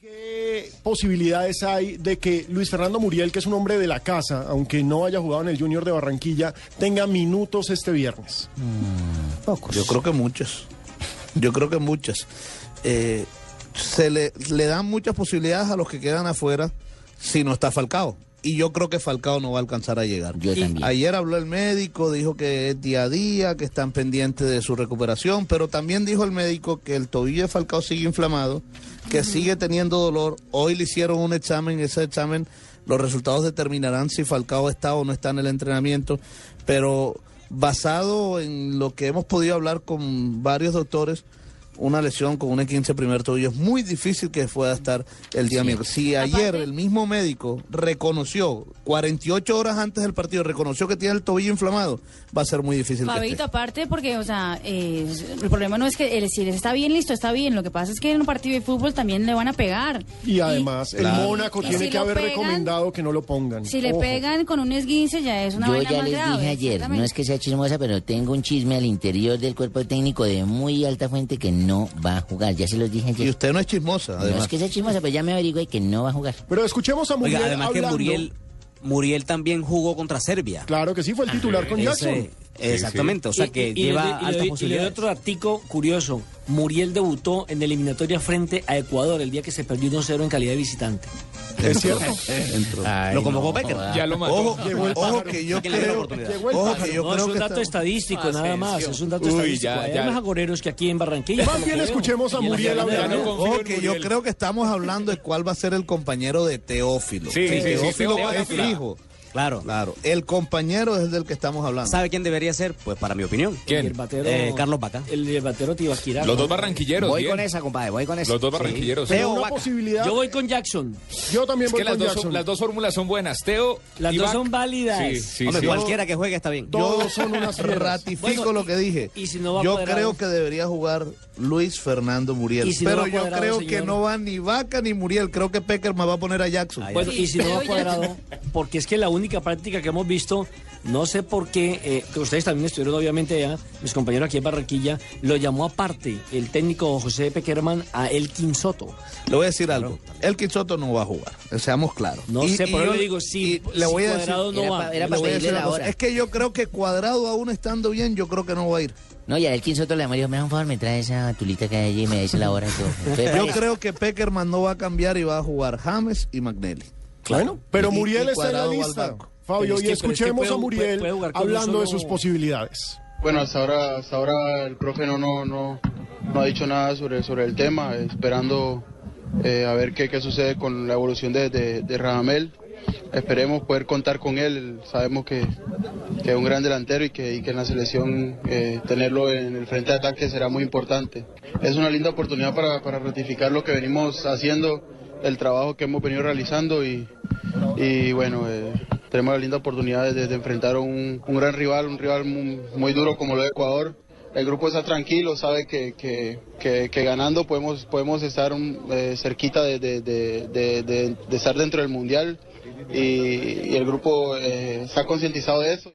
¿Qué posibilidades hay de que Luis Fernando Muriel, que es un hombre de la casa, aunque no haya jugado en el Junior de Barranquilla, tenga minutos este viernes? Pocos. Yo creo que muchos. Yo creo que muchas. Eh, se le, le dan muchas posibilidades a los que quedan afuera si no está Falcao. Y yo creo que Falcao no va a alcanzar a llegar. Yo también. Ayer habló el médico, dijo que es día a día, que están pendientes de su recuperación, pero también dijo el médico que el tobillo de Falcao sigue inflamado, que sigue teniendo dolor. Hoy le hicieron un examen, ese examen, los resultados determinarán si Falcao está o no está en el entrenamiento, pero basado en lo que hemos podido hablar con varios doctores, una lesión con un 15 primer tobillo es muy difícil que pueda estar el día miércoles. Si ayer el mismo médico reconoció, 48 horas antes del partido, reconoció que tiene el tobillo inflamado, va a ser muy difícil. que esté. este. Fabito, aparte, porque, o sea, eh, el problema no es que él, si él está bien, listo, está bien. Lo que pasa es que en un partido de fútbol también le van a pegar. Y además, el Claro. Mónaco y tiene si que lo haber pegan, recomendado que no lo pongan. Si le Ojo. pegan con un esguince, ya es una Yo vaina ya más les grave, dije ayer, no exactamente. es que sea chismosa, pero tengo un chisme al interior del cuerpo técnico de muy alta fuente que no va a jugar. Ya se los dije Y ayer. usted no es chismosa, No es además. que sea chismosa, pero ya me averigüé que no va a jugar. Pero escuchemos a Muriel Oiga, además que hablando. Muriel, Muriel también jugó contra Serbia. Claro que sí, fue el titular Ah, con Jackson. Ese- exactamente, o sea que y, y lleva le- y le- altas y le- posibilidades. Y le doy otro artículo curioso. Muriel debutó en eliminatoria frente a Ecuador el día que se perdió 1-0 en calidad de visitante. Es cierto. Ah, lo convocó Becker. Ya lo mató. Ojo, Llegó el ojo pájaro. que yo Sáquenle la creo, oportunidad. Llegó el ojo pájaro. que yo no, creo es un que dato estamos- estadístico nada más, es un dato Uy, estadístico. ya, Hay ya. más agoreros que aquí en Barranquilla. Más como bien que- escuchemos a y en la Muriel llave de hablar. la no confío Ojo en que yo Muriel. creo que estamos hablando de cuál va a ser el compañero de Teófilo. Sí, sí, sí, Teófilo sí, va a ser Teófilo. fijo. Claro. Claro, el compañero es del que estamos hablando. ¿Sabe quién debería ser? Pues para mi opinión. Y ¿Quién? el batero- Eh, Carlos Bacá. El, el batero Tibaquirá. Los ¿no? dos barranquilleros. Voy bien. con esa, compadre, voy con esa. Los dos Sí. barranquilleros. Pero Es una posibilidad. Yo Yo, voy con Jackson. también voy que las con dos, Jackson. son- las dos fórmulas son buenas. Teo. Las y dos Bach. son válidas. Sí, sí, Hombre, sí. cualquiera que juegue está bien. Todos son unas fieras. Ratifico Bueno, lo que dije. y si no va yo cuadrado. creo que debería jugar Luis Fernando Muriel. Y si no pero va yo cuadrado, creo señor. que no va ni Vaca ni Muriel. Creo que Peckerman va a poner a Jackson. Ay, Bueno, Pues, y si no va Pero ya- cuadrado, porque es que la única práctica que hemos visto, no sé por qué, eh, que ustedes también estuvieron obviamente ya, mis compañeros aquí en Barranquilla, lo llamó aparte el técnico José Peckerman a Elkin Soto. Le voy a decir algo. El Quichoto no va a jugar. Seamos claros. No Y- sé, y por yo- eso le digo, sí, y le voy a decir. cuadrado era no va. pa- era le voy a pedirle decir una la cosa. hora. Es que yo creo que cuadrado aún estando bien, yo creo que no va a ir. No, y al 15 otro le dijo, me da un favor, me trae esa tulita que hay allí y me dice la hora y todo. pues, Entonces, Yo parece- creo que Peckerman no va a cambiar y va a jugar James y McNally. Bueno, pero Y- y Muriel está en la cuadrado al lista. banco. Fabio, Pero es y que- pero es que escuchemos puede- a Muriel puede- puede jugar con hablando un de solo- sus posibilidades. Bueno, hasta ahora, hasta ahora el profe no, no, no, no ha dicho nada sobre, sobre el tema, esperando eh, a ver qué, qué sucede con la evolución de, de, de Radamel. Esperemos poder contar con él, sabemos que, que es un gran delantero y que, y que en la selección eh, tenerlo en el frente de ataque será muy importante. Es una linda oportunidad para, para ratificar lo que venimos haciendo, el trabajo que hemos venido realizando y, y bueno, eh, tenemos la linda oportunidad de, de enfrentar a un, un gran rival, un rival muy, muy duro como lo de Ecuador. El grupo está tranquilo, sabe que, que- que- que ganando podemos, podemos estar un- eh, cerquita de, de- de- de- de- de estar dentro del Mundial y, y el grupo eh, está concientizado de eso.